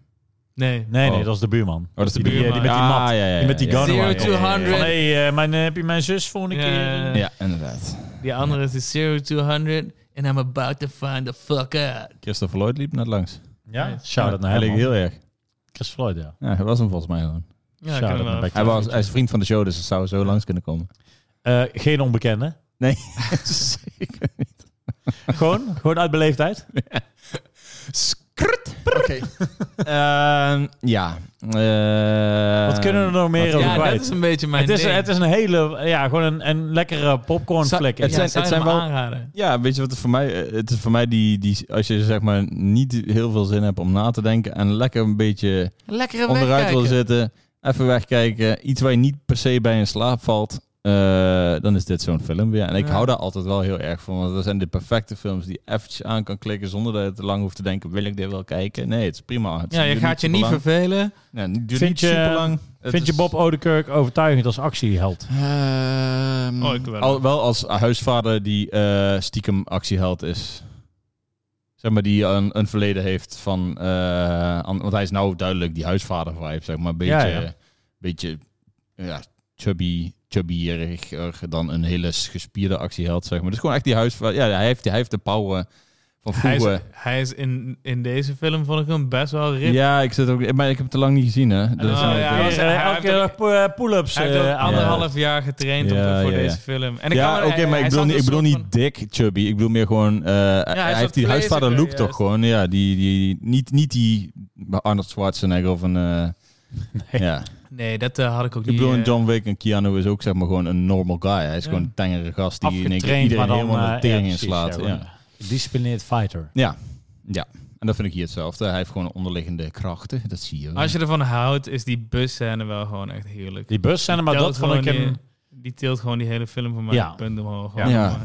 Nee.
Nee, nee,
Oh.
dat is de buurman.
Oh, dat is de
die,
buurman.
die met die
Ah,
mat,
ja, ja,
die met die
ja, ja.
gun.
Zero
erbij.
to hundred.
Van, hey, eh, mijn, eh, heb je mijn zus volgende
Ja, ja, ja.
keer?
Ja, inderdaad.
Die andere is de 0200 and I'm about to find the fuck out.
Christopher Lloyd liep net langs.
Ja,
Ja.
shout-out naar
Hij
hem.
leek
man.
heel erg.
Chris Floyd, ja.
Ja, hij was hem volgens mij gewoon.
Ja,
Shout-out
ik ken
naar
hem wel.
Beck.
Hij, was, hij is vriend van de show, dus hij zou zo langs kunnen komen.
Eh, geen onbekende.
Nee, zeker niet. <laughs>
Gewoon, gewoon uit beleefdheid.
Skrut! Oké. Ehm, ja. Ehm,
Wat kunnen er nog meer
wat-
over
Ja,
kwijt?
dat is een beetje mijn
het, is,
ding.
het is een hele, ja, gewoon een, een lekkere popcornvlek.
Ja,
het zijn-
zou je
het zijn
me
wel-
aanraden?
Ja, weet je wat het voor mij... eh, Het is voor mij die, die... Als je zeg maar niet heel veel zin hebt om na te denken... en lekker een beetje
Lekkere
onderuit wil
wegkijken.
zitten... even wegkijken, iets waar je niet per se bij in slaap valt... eh, dan is dit zo'n film weer. En ik
Ja.
hou daar altijd wel heel erg van. Want dat zijn de perfecte films die je eventjes aan kan klikken... zonder dat je te lang hoeft te denken... wil ik dit wel kijken? Nee, het is prima. Het
Ja, je
duurt
gaat je niet
superlang.
vervelen.
Ja, het duurt
Vind
niet
je-
superlang. Het
Vind je
is-
Bob Odenkirk overtuigend als actieheld?
Ehm,
Oh, ik wel.
Al, wel als huisvader die eh, stiekem actieheld is. Zeg maar, die een, een verleden heeft van... eh, an- want hij is nou duidelijk die huisvader vibe, zeg maar. Beetje,
Ja, ja.
beetje ja, chubby, chubbyiger dan een hele gespierde actieheld, zeg maar. Dus gewoon echt die huisvader... Ja, hij heeft, hij heeft de power van
Hij is,
vroeger.
hij is in, in deze film, vond ik hem best wel rip.
Ja, ik zit ook... Maar ik heb het te lang niet gezien, hè. Dus,
Oh,
eh,
ja,
dat-
hij was- hij
Eh, Elke
heeft ook-
dag po- eh, pull-ups.
Hij heeft ook
eh, aan de hand.
anderhalf jaar getraind om-
Ja,
voor
ja, ja.
deze film. En ik kan
ja,
wel-
oké,
hij-
maar
hij
ik bedoel,
zat dus
niet, ik
een
bedoel
soort
niet dik chubby. Ik bedoel meer gewoon... eh, hij,
is wat
heeft die huisvader look
vleesiger,
toch
eh, juist.
gewoon. Ja, die, die, niet, niet die Arnold Schwarzenegger of een... eh, ja.
van- Nee, dat eh, had ik ook
Ik
niet.
bedoel, in
eh,
John Wick en Keanu is ook zeg maar gewoon een normal guy. Hij is
Ja.
gewoon een tengere gast die in één keer
Afgetraind,
iedereen
maar dan,
helemaal
eh,
de tering
ja,
in
precies,
slaat.
ja,
Ja,
gewoon eh,
ja.
Disciplineerd fighter.
en dat vind ik hier hetzelfde. Hij heeft gewoon een onderliggende krachten, dat zie je wel.
Als je ervan houdt, is die busscène wel gewoon echt heerlijk.
Die bus zijn er, maar
Telt
dat vond ik
gewoon
een...
Die, die tilt gewoon die hele film voor mij
Ja.
een punt omhoog.
Ja.
Gewoon.
Ja.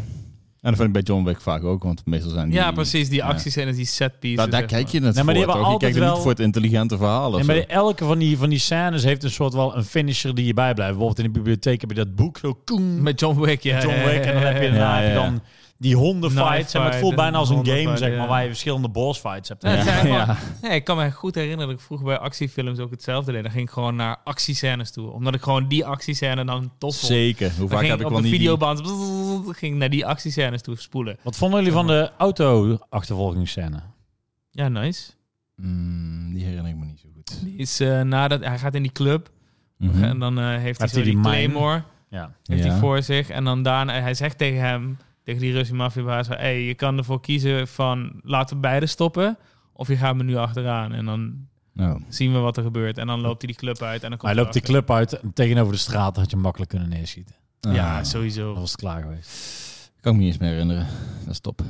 En dat vind ik bij John Wick vaak ook, want meestal zijn die...
Ja, precies. Die
ja.
acties en die set pieces.
Daar, daar
zeg
kijk
maar.
je net
Nee, maar die
voor,
hebben
toch? Je
altijd
kijkt er niet
wel-
voor het intelligente verhaal of
En
zo.
bij elke van die, van die scènes heeft een soort wel een finisher die je bijblijft. Bijvoorbeeld in de bibliotheek heb je dat boek zo koen,
Met John Wick, ja.
John Wick. En dan heb je,
ja,
daarna heb je
ja.
dan die hondenfights. En het
Knife
voelt
fight,
bijna als een
hondenfight,
game, zeg
ja.
maar, waar je verschillende boss fights hebt.
Ja, het
Ja.
zijn gewoon-
Ja.
Nee, ik kan me goed herinneren dat ik vroeger bij actiefilms ook hetzelfde deed. Dan ging ik gewoon naar actiescènes toe. Omdat ik gewoon die actiescène dan tof vond.
Zeker. Hoe
Dan
vaak
ging ik
heb ik
op
wel
een
niet... die-
videoband <laughs> brrrr, ging ik naar die actiescènes toe spoelen.
Wat vonden jullie van de auto-achtervolgingsscène?
Ja, nice.
Mm, die herinner ik me niet zo goed.
Die is, eh, nadat, hij gaat in die club
Mhm.
en dan eh, heeft hij
Heeft
zo
hij
die
die mine?
Claymore
Ja.
heeft
Ja.
hij voor zich. En dan daarna, hij zegt tegen hem, tegen die Russische maffiabaas, van, hey, je kan ervoor kiezen van laten we beide stoppen of je gaat me nu achteraan. En dan
Nou,
zien we wat er gebeurt. En dan loopt hij die club uit en dan
Maar
komt
hij loopt die club uit en tegenover de straat had je hem makkelijk kunnen neerschieten.
erachter. Ja,
ah,
sowieso.
Dat was het klaar geweest.
kan ik me niet eens meer herinneren. <laughs> Dat is top.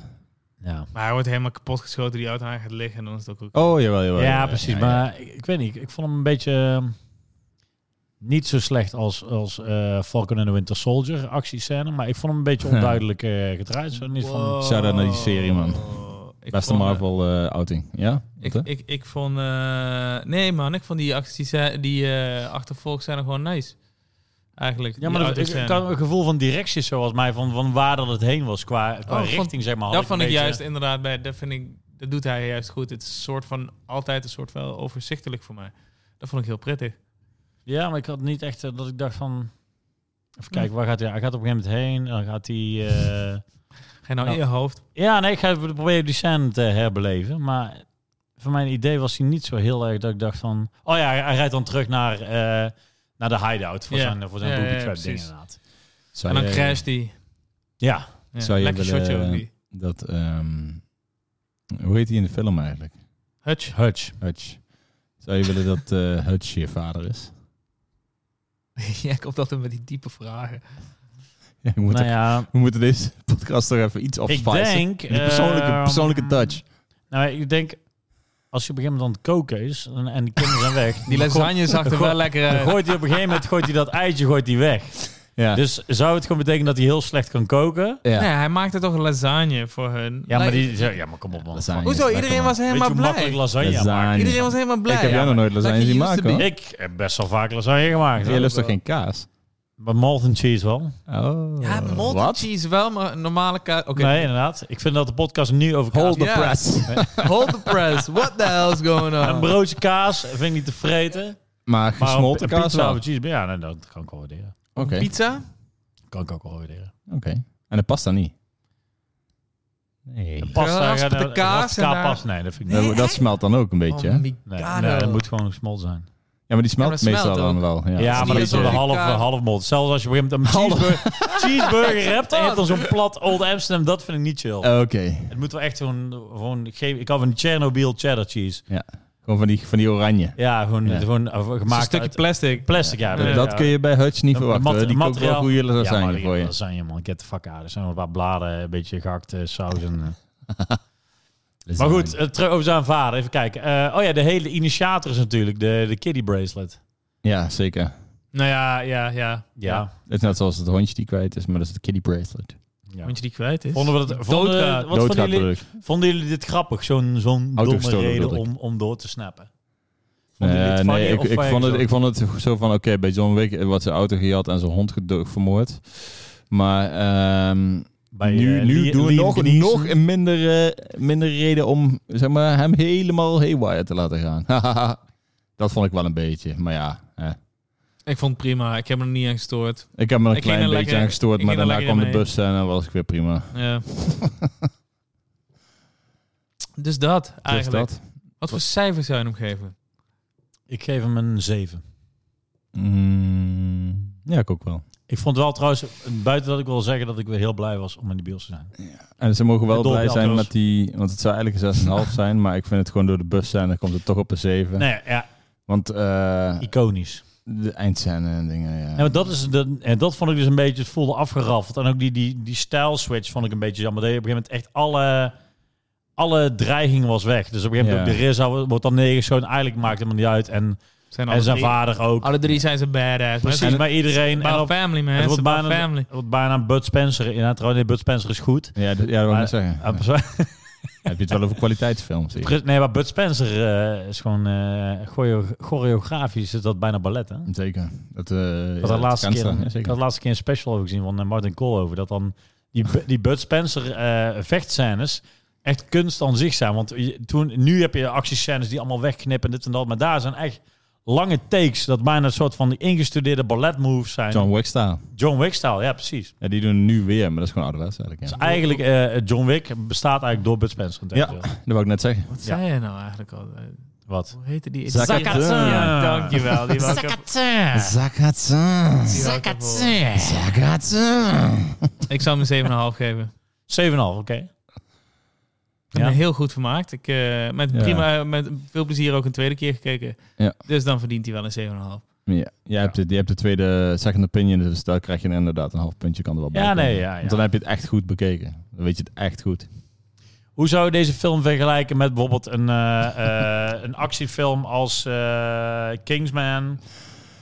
Ja,
Maar hij wordt helemaal kapot geschoten, die auto aan gaat liggen en dan is het ook oké.
Oh, jawel, jawel.
ja
jawel.
precies.
Ja, ja.
Maar ik, ik weet niet, ik vond hem een beetje eh, niet zo slecht als, als eh, Falcon and the Winter Soldier actiescène. Maar ik vond hem een <laughs> beetje
Ja.
onduidelijk eh, gedraaid. Zo niet van,
Shout-out naar die serie, man.
Wow. Ik
Beste
vond, eh,
Marvel-outing. ja?
Ik,
Wat, hè?
ik, ik vond... eh, nee, man. Ik vond die acties... eh, Die eh achtervolg zijn er gewoon nice. Eigenlijk.
ja,
die
maar dat, ik,
autoscène.
ik had een gevoel van directie zoals mij, van, van waar dat het heen was qua, qua
Oh, ik vond-
richting, zeg maar. had
Dat vond
een
ik
beetje-
juist inderdaad bij... Dat vind ik... Dat doet hij juist goed. Het is een soort van... Altijd een soort wel overzichtelijk voor mij. Dat vond ik heel prettig.
Ja, maar ik had niet echt eh, dat ik dacht van... Even kijken, waar gaat hij? Hij gaat op een gegeven moment heen. Dan gaat hij... eh,
Ga je nou
Ja.
in je hoofd...
Ja, nee, ik ga even proberen die scène te herbeleven. Maar voor mijn idee was hij niet zo heel erg dat ik dacht van... Oh ja, hij- hij rijdt dan terug naar, eh, naar de hideout voor
Ja.
zijn, voor zijn
Ja,
booby
ja, ja,
trap ding
precies.
inderdaad.
Zou
en dan
je-
crasht hij.
Ja,
Ja,
Zou je
lekker
willen-
shotje ook die. <laughs>
Dat, ehm, hoe heet hij in de film eigenlijk?
Hutch.
Hutch.
Hutch. Zou je willen dat eh, Hutch je vader is? <laughs>
ja, ik kom dat hem met die diepe vragen.
Ja, we, moeten,
Nou ja,
we moeten deze <laughs> podcast toch even iets
ik
afspijzen.
denk...
Die persoonlijke,
ehm,
persoonlijke touch.
Nou, ik denk... Als je op een gegeven moment aan het koken is en, en die kinderen zijn weg...
<laughs> Die
dan
lasagne zag er
goh,
wel lekker eh,
gooi-
uit.
dan gooit hij op een gegeven moment gooit hij dat eitje gooit hij weg.
Ja.
Dus zou het gewoon betekenen dat hij heel slecht kan koken?
ja.
Nee, hij maakte toch een lasagne voor hun.
Ja, maar,
Lijkt-
die, ja, maar kom op man.
Lasagne.
Weet
Hoezo?
Lekker,
Iedereen
man.
was
je
helemaal
hoe makkelijk
blij.
lasagne maken?
Lasagne.
Iedereen was helemaal blij.
Ik heb jou nog nooit lasagne
Like
zien
he used
maken,
to be.
hoor.
Ik heb best wel vaak lasagne gemaakt.
Je
hoor.
lust toch geen kaas?
Maar malt en cheese wel.
Oh.
Ja, molten
Wat?
cheese wel, maar een normale kaas. Oké,
Eh, Nee, inderdaad. Ik vind dat de podcast nu over kaas...
Hold the
Ja.
press.
<laughs> hold the press. What the hell is going
Een
on?
broodje kaas vind ik niet te vreten.
Maar
Maar
gesmolten
een, een
kaas
pizza
wel.
of cheese... Ja, nee, dat kan ik wel waarderen.
Oké, oké.
Pizza?
Kan ik ook wel waarderen.
En de pasta niet? Nee.
Geraspte kaas en
gaat- kaas
daar-
past. Nee, dat vind ik niet.
Dat, dat smelt dan ook een beetje, hè?
Oh my
Nee,
God,
nee, dat
oh.
moet gewoon gesmolten zijn.
Ja, maar die smelt
Ja, maar dat
meestal
smelt
dan wel. Ja,
Ja,
Dat is
maar dat
een
is
beetje-
wel een
die
half,
kaart-
half mond. Zelfs als je begint een cheeseburger,
<laughs>
cheeseburger hebt en je hebt dan zo'n plat Old Amsterdam, dat vind ik niet chill.
Oh, Oké.
Het moet wel echt zo'n... gewoon ge- ik had een Chernobyl cheddar cheese.
Gewoon van die, van die oranje.
Ja, gewoon,
Ja.
gewoon eh, gemaakt
een stukje
uit
plastic.
plastic. Ja,
Ja,
dat kun je bij Hutch niet
De
verwachten.
mat-
hoor. die kookt wel
materiaal-
goede lasagne
zijn
voor je.
lasagne, man. Get the fuck out. Er zijn wel een paar bladen, een beetje gehakte saus en... eh. Maar
Lasagne.
goed, eh, terug over zijn vader. Even kijken. Eh, oh ja, de hele initiator is natuurlijk de, de kiddie bracelet.
Ja, zeker.
Nou ja, ja, ja.
Ja.
Het is net zoals het hondje die kwijt is, maar dat is de kiddie bracelet.
ja.
Want je die kwijt is.
Vonden we dat... Vonden,
Doodgaat.
wat vonden
Doodgaat
jullie,
bedoel ik.
Vonden jullie dit grappig? Zo'n zo'n
Auto
domme
gestolen,
reden
bedoel ik.
om, om door te snappen. Vonden jullie
Eh,
het
nee,
funny
ik,
of
ik,
vond je
vond het,
zo?
ik vond het zo van, oké, bij John Wick eh, wordt zijn auto gejat en zijn hond gedo- vermoord. Maar ehm,
Bij,
nu,
eh,
nu
Li-
doen we
Liam
nog,
Neeson?
nog een minder, eh, minder reden om zeg maar, hem helemaal haywire te laten gaan. <laughs> dat vond ik wel een beetje, maar ja. eh.
Ik vond het prima. Ik heb me er niet aan gestoord.
Ik heb me een
Ik ging
klein
er
beetje
lekker-
aan
ik
gestoord,
ging
maar
er
daarna
lekker
kwam de
in mee.
bus en dan was ik weer prima.
Ja. <laughs> dus dat
Dus
eigenlijk.
dat.
Wat voor cijfers zou je hem geven?
Ik geef hem een 7.
Mm, ja, ik ook wel.
Ik vond wel trouwens, buiten dat ik wil zeggen dat ik weer heel blij was om in de bios te zijn.
En ze mogen wel
Dolby
blij zijn
Atmos.
met die... Want het zou eigenlijk een <laughs> 6,5 zijn, maar ik vind het gewoon door de bus zijn, dan komt het toch op een 7.
Nee, ja,
Want eh,
iconisch.
de eindscène en dingen, ja.
Ja, maar dat, is, dat, en dat vond ik dus een beetje, het voelde afgeraffeld. En ook die, die, die style switch vond ik een beetje jammer. Dat je op een gegeven moment echt alle, alle dreiging was weg. Dus op een gegeven moment
Ja.
ook de Rizza wordt- wordt dan neergeschoten. Eigenlijk maakt het me niet uit. En,
Zijn alle
en zijn
drie-
vader ook.
Alle drie zijn ze badass.
Precies,
Precies.
maar iedereen. En op,
family, man.
het
Het
wordt
about
bijna-
family.
het wordt bijna Bud Spencer. Ja, trouwens, nee, Bud Spencer is goed.
Ja, dat, ja, dat wil ik
Maar-
net zeggen.
Ah, sorry. <laughs>
Heb je het wel over
<laughs>
kwaliteitsfilms? hier?
Pre- Nee, maar Bud Spencer eh, is gewoon eh, choreo- choreografisch is dat bijna ballet, hè?
Zeker. Dat, eh ja,
Dat had
dat
laatste
kan
keer,
staan, ja,
ik
zeker.
had laatste keer een special over gezien van eh, Martin Cole over dat dan die, Bu- die Bud Spencer eh vechtscènes echt kunst aan zich zijn. Want je- toen, nu heb je actiescènes die allemaal wegknippen en dit en dat, maar daar zijn echt lange takes dat bijna een soort van die ingestudeerde ballet moves zijn. John,
John Wick style.
Wick style, ja precies.
Ja, die doen nu weer, maar dat is gewoon ouderwets eigenlijk.
Dus
Ja.
eigenlijk eh, John Wick bestaat eigenlijk door Bud Spencer. in het
Ja.
einde.
Dat wou ik net zeggen.
Wat zei je nou eigenlijk al? Eh,
Wat?
Hoe heette die?
Zakatza.
Ja, dankjewel. Die wou ik even-
Zakatsa.
die wou ik even horen.
Zakatsa.
Ik zou hem een 7,5 geven.
7,5, oké.
Ik heb
Ja.
me heel goed vermaakt. Ik, eh, met,
Ja.
prima, met veel plezier ook een tweede keer gekeken.
Ja.
Dus dan verdient hij wel een 7,5.
Ja, jij Hebt de, je hebt de tweede second opinion, dus daar krijg je inderdaad een half puntje kan er wel bij
Ja,
komen.
nee, ja, ja.
Want dan heb je het echt goed bekeken. Dan weet je het echt goed.
Hoe zou je deze film vergelijken met bijvoorbeeld een, eh, eh, een actiefilm als eh, Kingsman?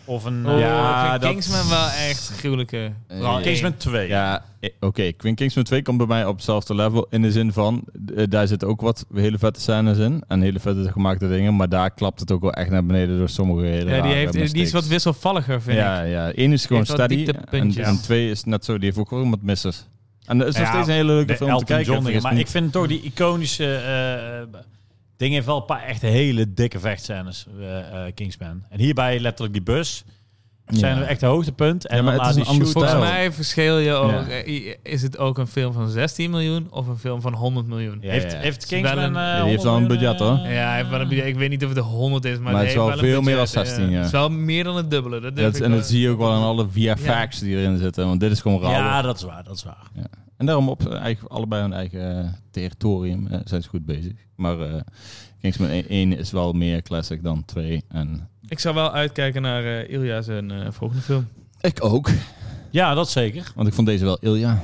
Of een...
Oh,
ja,
ik
Ja,
vind
dat-
Kingsman wel echt gruwelijke.
Eh,
Kingsman 2.
Ja, eh, oké. Queen Kingsman 2 komt bij mij op hetzelfde level. In de zin van, eh, daar zitten ook wat hele vette scènes in. En hele vette gemaakte dingen. Maar daar klapt het ook wel echt naar beneden door sommige hele
Ja, die,
rare
heeft, die is
mistakes.
wat wisselvalliger, vind ik.
ja, ja. Eén is gewoon
heeft wat
steady. En,
dieptepuntjes.
en twee is net zo, die heeft ook gewoon wat missers. En dat is nog
Ja,
steeds een hele leuke
De
film te
Elton
kijken.
John
vergis
dingen. Maar
me
ik
niet.
vind toch die iconische eh, dingen heeft wel een paar echt hele dikke vechtscènes, eh, eh, Kingsman. En hierbij letterlijk die bus. Zijn
Ja.
we echt een hoogtepunt. En
Ja, maar
dan
het is
laat
een ander
die shoot.
Volgens
stijl.
mij verschil je ook.
Ja.
eh, Is het ook een film van 16 miljoen of een film van 100 miljoen?
Ja.
Heeft, heeft
wel
Kingsman...
een-
eh,
die heeft wel een
100 miljoen,
budget, hoor.
eh,
Ja, hij heeft wel een budget. ik weet niet of het de 100 is, maar,
Maar het is
hij
wel
heeft een
veel meer
budget,
dan 16, ja.
Het is wel meer dan het dubbele. Dat durf
Dat,
ik
en
wel.
dat zie je ook wel aan alle VFX die erin zitten. Want dit is gewoon rauw.
Ja, dat is waar, dat is waar.
En daarom op eh, eigen, allebei hun eigen eh, territorium eh, zijn ze goed bezig. Maar eh Kingsman 1, is wel meer classic dan 2. En...
Ik zou wel uitkijken naar eh, Ilja zijn eh, volgende film.
Ik ook.
Ja, dat zeker.
Want ik vond deze wel Ilja.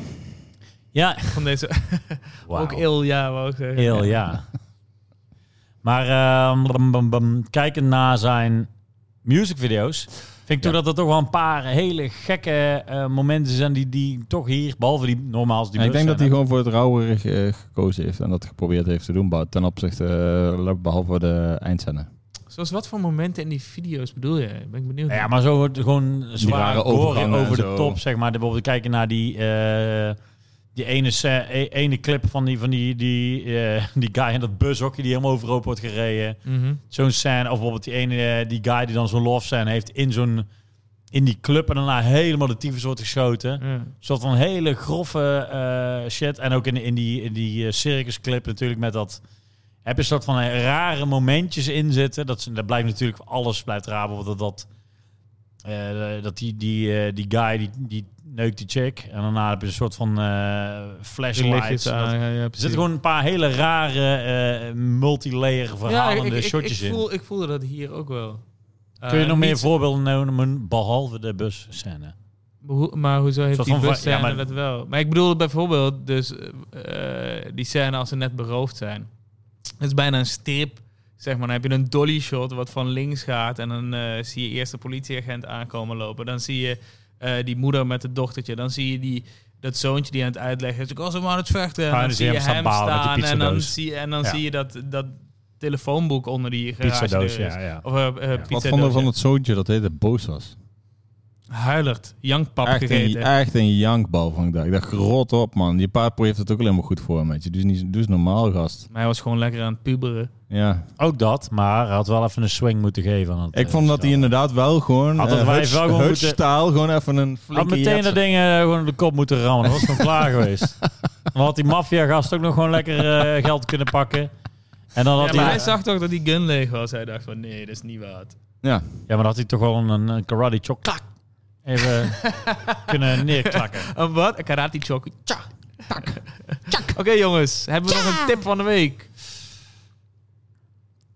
Ja,
Van deze,
<laughs>
Wauw.
ook Ilja, wou ik zeggen.
Heel, ja. Maar ehm, bam, bam, bam, kijkend naar zijn musicvideo's, vind ik toch
Ja.
dat er toch wel een paar hele gekke eh, momenten zijn die, die toch hier, behalve die normaal als die
En ik
bus
denk dat hij
zijn,
gewoon voor het rauwerig eh, gekozen heeft. En dat geprobeerd heeft te doen. bou- Ten opzichte, eh, behalve de eindscène.
Zoals wat voor momenten in die video's bedoel je? Ben ik benieuwd.
hè. Ja, maar zo wordt gewoon
rare
zware gore
overgangen en
over de
zo.
top, zeg maar. Bijvoorbeeld kijken naar die, eh, die ene, sc- e- ene clip van die, van die, die, eh, <laughs> die guy in dat bushokje die helemaal overhoop wordt gereden.
Mhm.
zo'n scène, of bijvoorbeeld die ene, eh, die guy die dan zo'n love scène heeft in zo'n in die club en daarna helemaal de tyfus wordt geschoten. Een
Ja.
soort van hele grove eh, shit. En ook in, in die, in die eh, circusclip natuurlijk met dat Heb je een soort van eh, rare momentjes in zitten. Dat, ze- dat blijft natuurlijk alles blijft raar. Bijvoorbeeld dat, eh, dat die, die, eh, die guy die, die neukt die chick. En daarna heb je een soort van eh
Die lichtjes
flashlights. En dat-
aan. Ja, ja,
er
precies.
zitten gewoon een paar hele rare eh multilayer verhalende
ik, ik, ik,
shotjes in.
voel, ik voelde dat hier ook wel.
Kun je
Eh,
nog meer
niet-
voorbeelden noemen behalve de busscène?
Hoe- maar hoezo heeft
Soort
die
van va-
bus
ja, maar-
dat wel? Maar ik bedoel bijvoorbeeld dus eh, eh, die scène als ze net beroofd zijn. Het is bijna een strip, zeg maar. Dan heb je een dolly shot wat van links gaat en dan eh, zie je eerst de politieagent aankomen lopen. Dan zie je eh, die moeder met het dochtertje. Dan zie je die, dat zoontje die aan het uitleggen is. Ik was hem aan het vechten. En
Ah,
dan,
dan
zie je hem staan,
balen met die
en dan
pizzadoos.
zie je, en dan
Ja.
zie je dat, dat telefoonboek onder die garage
Pizzadoos, ja, ja.
Of eh, eh,
Wat
pizzadoos,
vonden we van
ja.
het zoontje dat hele boos was?
Huilert, jankpap
Echt een,
gegeten.
echt een jankbal van ik dacht. Ik dacht, rot op man. Je papo heeft het ook alleen maar goed voor met je. Dus niet, doe eens normaal gast.
Maar hij was gewoon lekker aan het puberen.
Ja.
Ook dat, maar hij had wel even een swing moeten geven. Aan het,
Ik
eh,
vond dat hij
stel.
inderdaad wel gewoon...
Had dat
eh,
wij
huts-
wel gewoon moeten-
hutstaal, gewoon even een
had
flinke
meteen dat
jetsen.
ding eh, gewoon op de kop moeten rammen.
<laughs>
Dat was gewoon klaar geweest. Dan had die maffiagast ook nog gewoon lekker eh, geld kunnen pakken. En dan had
Ja, maar
hij,
hij zag toch dat die gun leeg was. Hij dacht van, nee, dat is niet wat.
Ja.
ja, maar dan had hij toch wel een, een karate chok klak,
<laughs>
even kunnen neerklakken.
Een wat? Een karate chok. Tja. Tak. Oké jongens, hebben we nog een tip van de week? <laughs>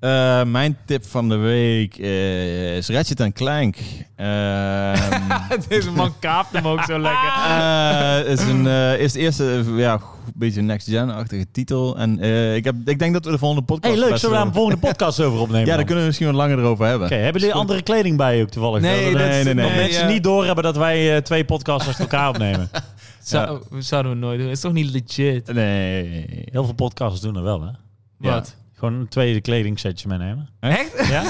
Eh, mijn tip van de week eh, is Ratchet en Clank. Ehm
<laughs>
Deze man kaapt hem ook zo lekker.
Eh, is, een, eh, is de eerste eh, ja, een beetje next-gen-achtige titel. En eh, ik, heb, ik denk dat we de volgende podcast...
hey, leuk,
best
zullen we daar
<laughs>
wel-
een volgende podcast over opnemen?
Ja, daar
dan?
kunnen we misschien wat langer over hebben.
Oké, hebben jullie andere kleding bij je ook toevallig?
Nee,
Dat-
dat is-
dat
nee,
mensen
ja.
niet doorhebben dat wij eh, twee podcasts achter elkaar opnemen.
Zou, Zouden we nooit doen. Is toch niet legit?
Nee.
<laughs> Heel veel podcasts doen dat wel, hè?
Wat?
Gewoon een tweede kledingsetje meenemen.
Echt?
<laughs> Ja?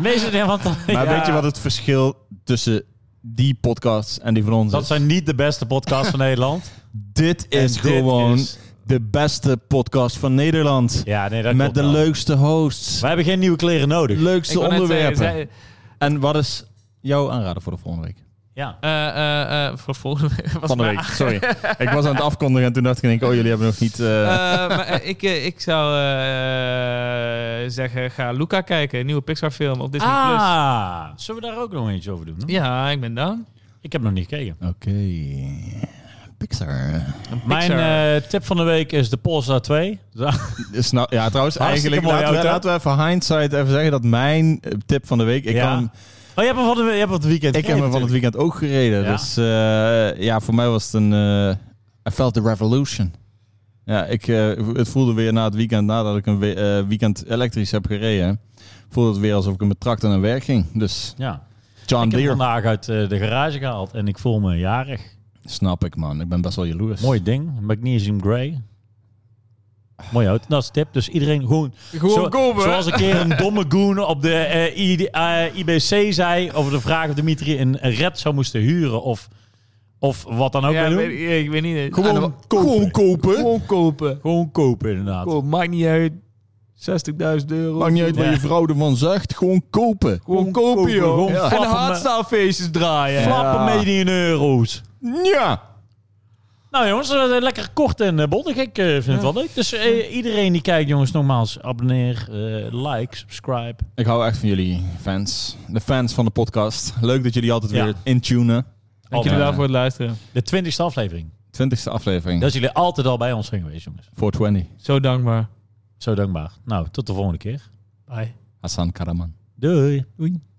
Meestal, ja, want dan-
Maar
ja.
weet je wat het verschil tussen die podcasts en die van ons
Dat
is?
zijn niet de beste podcasts van Nederland.
Dit
En
<laughs> is
dit
gewoon
is-
de beste podcast van Nederland.
Ja, nee, dat
Met
klopt
de
wel.
leukste hosts,
We hebben geen nieuwe kleren nodig.
leukste
wou net
onderwerpen.
zeggen, zij-
En wat is jouw aanrader voor de volgende week?
ja.
eh, eh, eh, voor volgende week. was
Van de
maar-
week, sorry.
<laughs>
ik was aan het afkondigen en toen dacht ik, in één keer, oh jullie hebben nog niet... eh,
Eh, maar, eh, ik, eh, ik zou eh, zeggen, ga Luca kijken. Een nieuwe Pixar film op Disney+.
Ah, zullen we daar ook nog eentje over doen?
Plus. Ja, ik ben dan.
Ik heb nog niet gekeken.
Oké. Pixar.
Mijn eh, tip van de week is de Polestar 2.
Dus nou, ja, trouwens,
Hartstikke
eigenlijk
mooie
laten we,
auto.
laten we even hindsight even zeggen dat mijn eh, tip van de week... Ik,
Ja.
kan,
Oh, je hebt hem van, de, je hebt hem van het weekend
ik heb hem van het weekend ook gereden.
Ja.
Dus eh, ja, voor mij was het een... eh, I felt the revolution. Ja, ik, eh, het voelde weer na het weekend, nadat ik een we- eh, weekend elektrisch heb gereden, voelde het weer alsof ik een tractor naar werk ging. Dus
Ja.
John
Ik heb hem
Deere.
vandaag uit eh, de garage gehaald en ik voel me jarig.
Snap ik, man. Ik ben best wel jaloers.
Mooi ding. Magnesium Grey. Mooi auto. Dat is tip. Dus iedereen gewoon... Zo- zoals een keer een domme goon op de eh, ID eh, IBC zei... over de vraag of Dimitri een een red zou moesten huren of, of wat dan ook
Ja,
wil
ik
doen.
weet, ik weet niet.
Gewoon
Aan de-
kopen.
Gewoon kopen. Gewoon kopen.
Gewoon kopen inderdaad.
Kom, maakt niet uit. 60.000 euro.
Maakt niet uit wat
Ja.
je vrouw ervan zegt, gewoon kopen.
Gewoon kopen, joh.
Gewoon
Ja.
En
flappen,
hardstylefeestjes draaien.
flappen mede in euro's.
Ja.
Nou jongens, eh, lekker kort en eh, bondig. Ik eh, vind het wel leuk. Dus eh, iedereen die kijkt jongens, nogmaals, abonneer, eh, like, subscribe.
Ik hou echt van jullie fans. De fans van de podcast. Leuk dat jullie altijd
Ja.
weer intunen.
Dank
Allemaal.
jullie wel voor het luisteren.
De twintigste aflevering.
Twintigste aflevering.
Dat jullie altijd al bij ons zijn geweest jongens.
420.
Zo dankbaar.
Zo dankbaar. Nou, tot de volgende keer.
Bye.
Hassan Karaman.
Doei.
Doei.